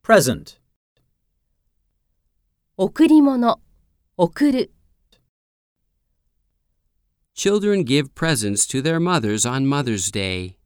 Present. 贈り物、贈る、 Children give presents to their mothers on Mother's Day.